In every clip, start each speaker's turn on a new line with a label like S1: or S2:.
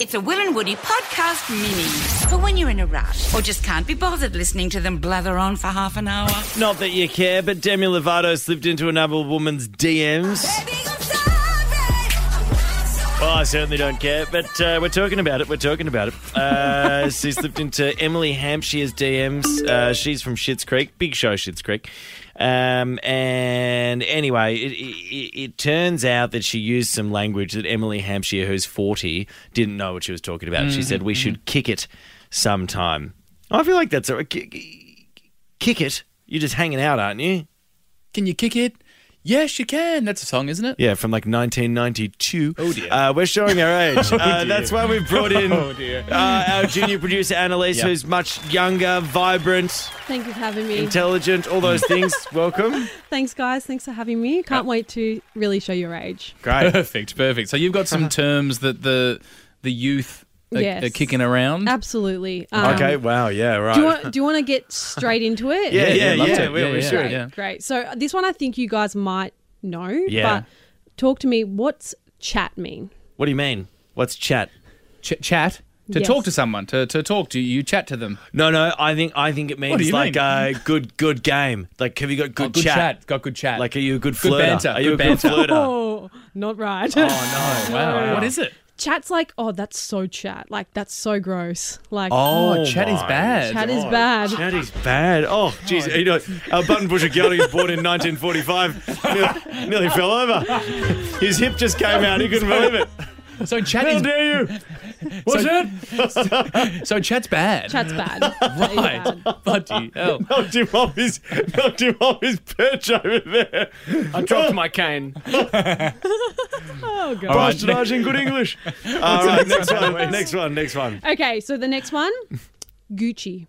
S1: It's a Will and Woody podcast mini for when you're in a rush or just can't be bothered listening to them blather on for half an hour.
S2: Not that you care, but Demi Lovato slipped into another woman's DMs. Well, I certainly don't care, but uh, we're talking about it. We're talking about it. Uh, she slipped into Emily Hampshire's DMs. Uh, she's from Schitt's Creek, big show Schitt's Creek. Um, and anyway, it, it, it turns out that she used some language that Emily Hampshire, who's 40, didn't know what she was talking about. She said, We should kick it sometime. I feel like that's a ki- kick it. You're just hanging out, aren't you?
S3: Can you kick it? Yes, you can. That's a song, isn't it?
S2: Yeah, from like 1992.
S3: Oh, dear.
S2: Uh, we're showing our age. uh, that's why we've brought in
S3: Oh, dear.
S2: Uh, our junior producer Annalise,
S3: Yep.
S2: who's much younger, vibrant,
S4: Thank you for having me.
S2: intelligent, all those things. Welcome.
S4: Thanks, guys. Thanks for having me. Can't
S2: Uh,
S4: wait to really show your age.
S2: Great.
S3: Perfect, perfect. So you've got some terms that the the youth are,
S4: Yes.
S3: are kicking around.
S4: Absolutely. Um,
S2: okay. Wow. Yeah. Right.
S4: Do you want? Do you want to get straight into it?
S2: yeah. Yeah.
S3: Yeah,
S2: Yeah.
S3: love
S2: yeah,
S3: to.
S2: we-
S3: Yeah,
S2: we
S3: yeah.
S2: should.
S3: Right. Yeah.
S4: Great. So uh, this one, I think you guys might know.
S2: Yeah.
S4: But talk to me. What's chat mean?
S2: What do you mean? What's chat?
S3: Ch- chat to
S4: Yes.
S3: talk to someone to, to talk to you chat to them.
S2: No, no. I think I think it
S3: do
S2: means
S3: you
S2: like
S3: mean?
S2: uh, good, good game. Like, have you got good,
S3: Oh, good chat. Got good chat.
S2: Like, are you a good
S3: Good
S2: flirter?
S3: banter,
S2: Are you
S3: good
S2: a good
S3: banter.
S2: flirter?
S4: Oh, not right.
S3: oh no! Wow. What is it?
S4: Chat's like, oh, that's so chat. Like that's so gross. Like
S3: Oh, chat is
S2: my
S3: bad.
S4: chat is bad.
S2: Oh, Chat is bad. Oh, jeez. You know, our button pusher Geldy was born in 1945. nearly, nearly fell over. His hip just came out. He couldn't believe it.
S3: So chat
S2: How
S3: is
S2: dare you? What's
S3: So-
S2: that?
S3: so chat's bad.
S4: Chat's bad. Really
S3: right.
S4: bad.
S3: Bloody hell.
S2: Knocked him off his, knocked him off his perch over there.
S5: I dropped my cane.
S4: Oh god.
S3: right.
S2: Bastardage in good English. All right, next one, next one, next one.
S4: Okay. So the next one, Gucci.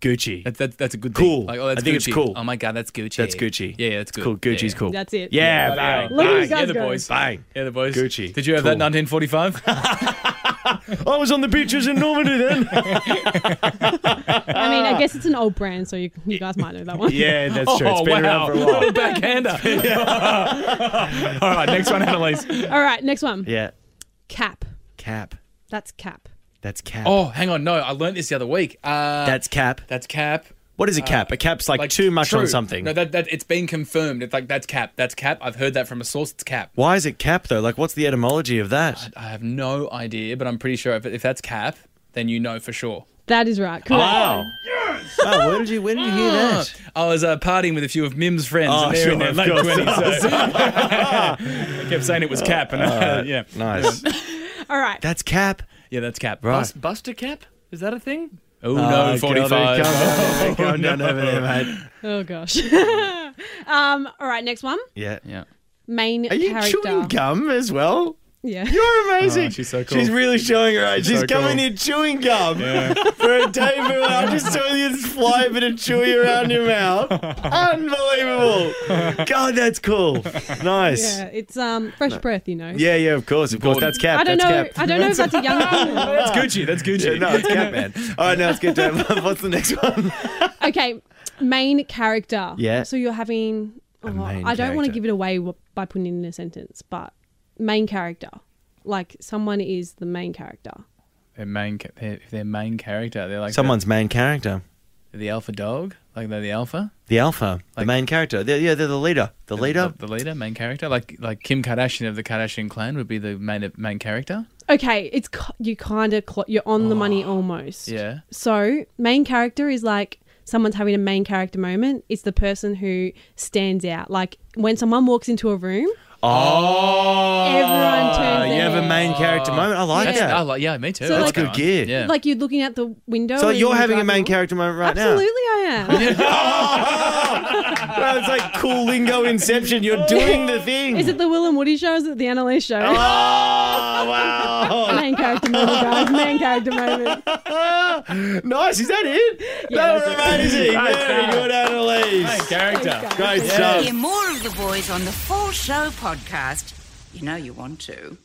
S2: Gucci.
S3: That, that, that's a good
S2: Cool.
S3: thing. Like, oh, that's
S2: I think
S3: Gucci.
S2: it's cool.
S3: Oh my god, that's Gucci.
S2: That's Gucci.
S3: Yeah, yeah, that's good.
S2: Cool. Gucci's
S3: Yeah.
S2: cool.
S4: That's it.
S2: Yeah,
S3: Wow.
S2: bang.
S4: Look at these
S2: bang.
S4: guys
S3: the
S4: go.
S3: boys.
S2: Bang.
S3: Yeah, the boys.
S2: Gucci.
S3: Did you have that
S2: Cool.
S3: in 1945?
S2: I was on the beaches in Normandy then.
S4: I mean,
S2: Uh,
S4: I guess it's an old brand, so you, you guys might know that one.
S2: yeah, that's true. It's
S3: oh,
S2: been around
S3: wow.
S2: for a while.
S3: What a backhander. All right, next one, Annalise.
S4: All right, next one.
S2: Yeah.
S4: Cap.
S2: Cap.
S4: That's cap.
S2: That's cap.
S3: Oh, hang on. No, I learned this the other week. Uh,
S2: That's cap.
S3: that's cap.
S2: What is a cap? a cap's like, too much
S3: uh, true.
S2: on something.
S3: No, that, that it's been confirmed. It's like that's cap. That's cap. I've heard that from a source. It's cap.
S2: Why is it cap though? Like, what's the etymology of that?
S3: I have no idea, but I'm pretty sure if, if that's cap, then you know for sure.
S4: That is right. Correct.
S3: Oh,
S2: wow, where did you where did you hear that?
S3: I was uh, partying with a few of Mim's friends,
S2: Oh,
S3: and they're in
S2: sure,
S3: their
S2: of
S3: late
S2: course.
S3: twenties. So. I kept saying it was cap, and uh, yeah,
S2: Nice.
S4: All right.
S2: That's cap.
S3: yeah, that's cap.
S5: Bus- Buster cap? Is that a thing?
S3: Oh
S2: Oh,
S3: no,
S2: God, Calm down, over there,
S3: forty-five.
S2: calm down over there, mate.
S4: oh gosh. um. All right. Next one.
S2: Yeah.
S3: Yeah.
S4: Main
S2: Are you
S4: character.
S2: chewing gum as well?
S4: Yeah.
S2: You're amazing.
S3: Oh, she's so cool.
S2: She's really showing her age. She's
S3: so
S2: coming
S3: cool.
S2: here chewing gum for a debut. and I'm just saw you fly a bit of chewy around your mouth. Unbelievable. God, that's cool. Nice.
S4: Yeah. It's um fresh breath. You know.
S2: Yeah, yeah, of course, of course.
S3: Gordon.
S2: That's cap.
S4: I don't
S2: that's
S4: know.
S2: cap.
S4: I don't know if that's a young.
S3: That's Gucci. That's Gucci.
S2: Yeah, no, it's cap, man. All right, now it's good. To, what's the next one?
S4: okay. Main character.
S2: Yeah.
S4: So you're having. Oh,
S2: main
S4: I don't want
S2: character.
S4: to give it away w- by putting it in a sentence, but main character, like someone is the main character.
S3: Their main, ca- their, their main character. They're like the-
S2: Someone's main character,
S3: the, alpha dog. Like they're the alpha.
S2: the alpha, the
S3: Like-
S2: main character. They're, yeah, they're the leader. The leader.
S3: The, the leader, main character. Like like Kim Kardashian of the Kardashian clan would be the main main character.
S4: Okay, it's ki- you kind of cl- you're on the
S2: Ah,
S4: money almost.
S3: Yeah.
S4: So, main character is like someone's having a main character moment. It's the person who stands out. Like when someone walks into a room,
S2: Oh,
S4: Everyone turns
S2: You
S4: their
S2: have a
S4: head.
S2: main character moment. I like
S3: That's,
S2: that.
S3: I Ah, like, yeah, me too.
S4: So,
S3: I that
S4: like-
S2: Good
S3: one.
S2: gear.
S3: Yeah.
S4: like you're looking at the window.
S2: so
S4: and
S2: you're having a main
S4: driving-
S2: character moment right
S4: Absolutely,
S2: now.
S4: I am.
S2: Well, it's like cool lingo inception. You're doing the thing.
S4: Is it the Will and Woody show? Is it the Annalise show?
S2: Oh wow!
S4: main character moment, guys. Main character moment.
S2: nice. Is that it? that was amazing. Very good, Annalise.
S3: Main character.
S2: Great stuff.
S1: Hear more of the boys on the Full Show podcast. You know you want to.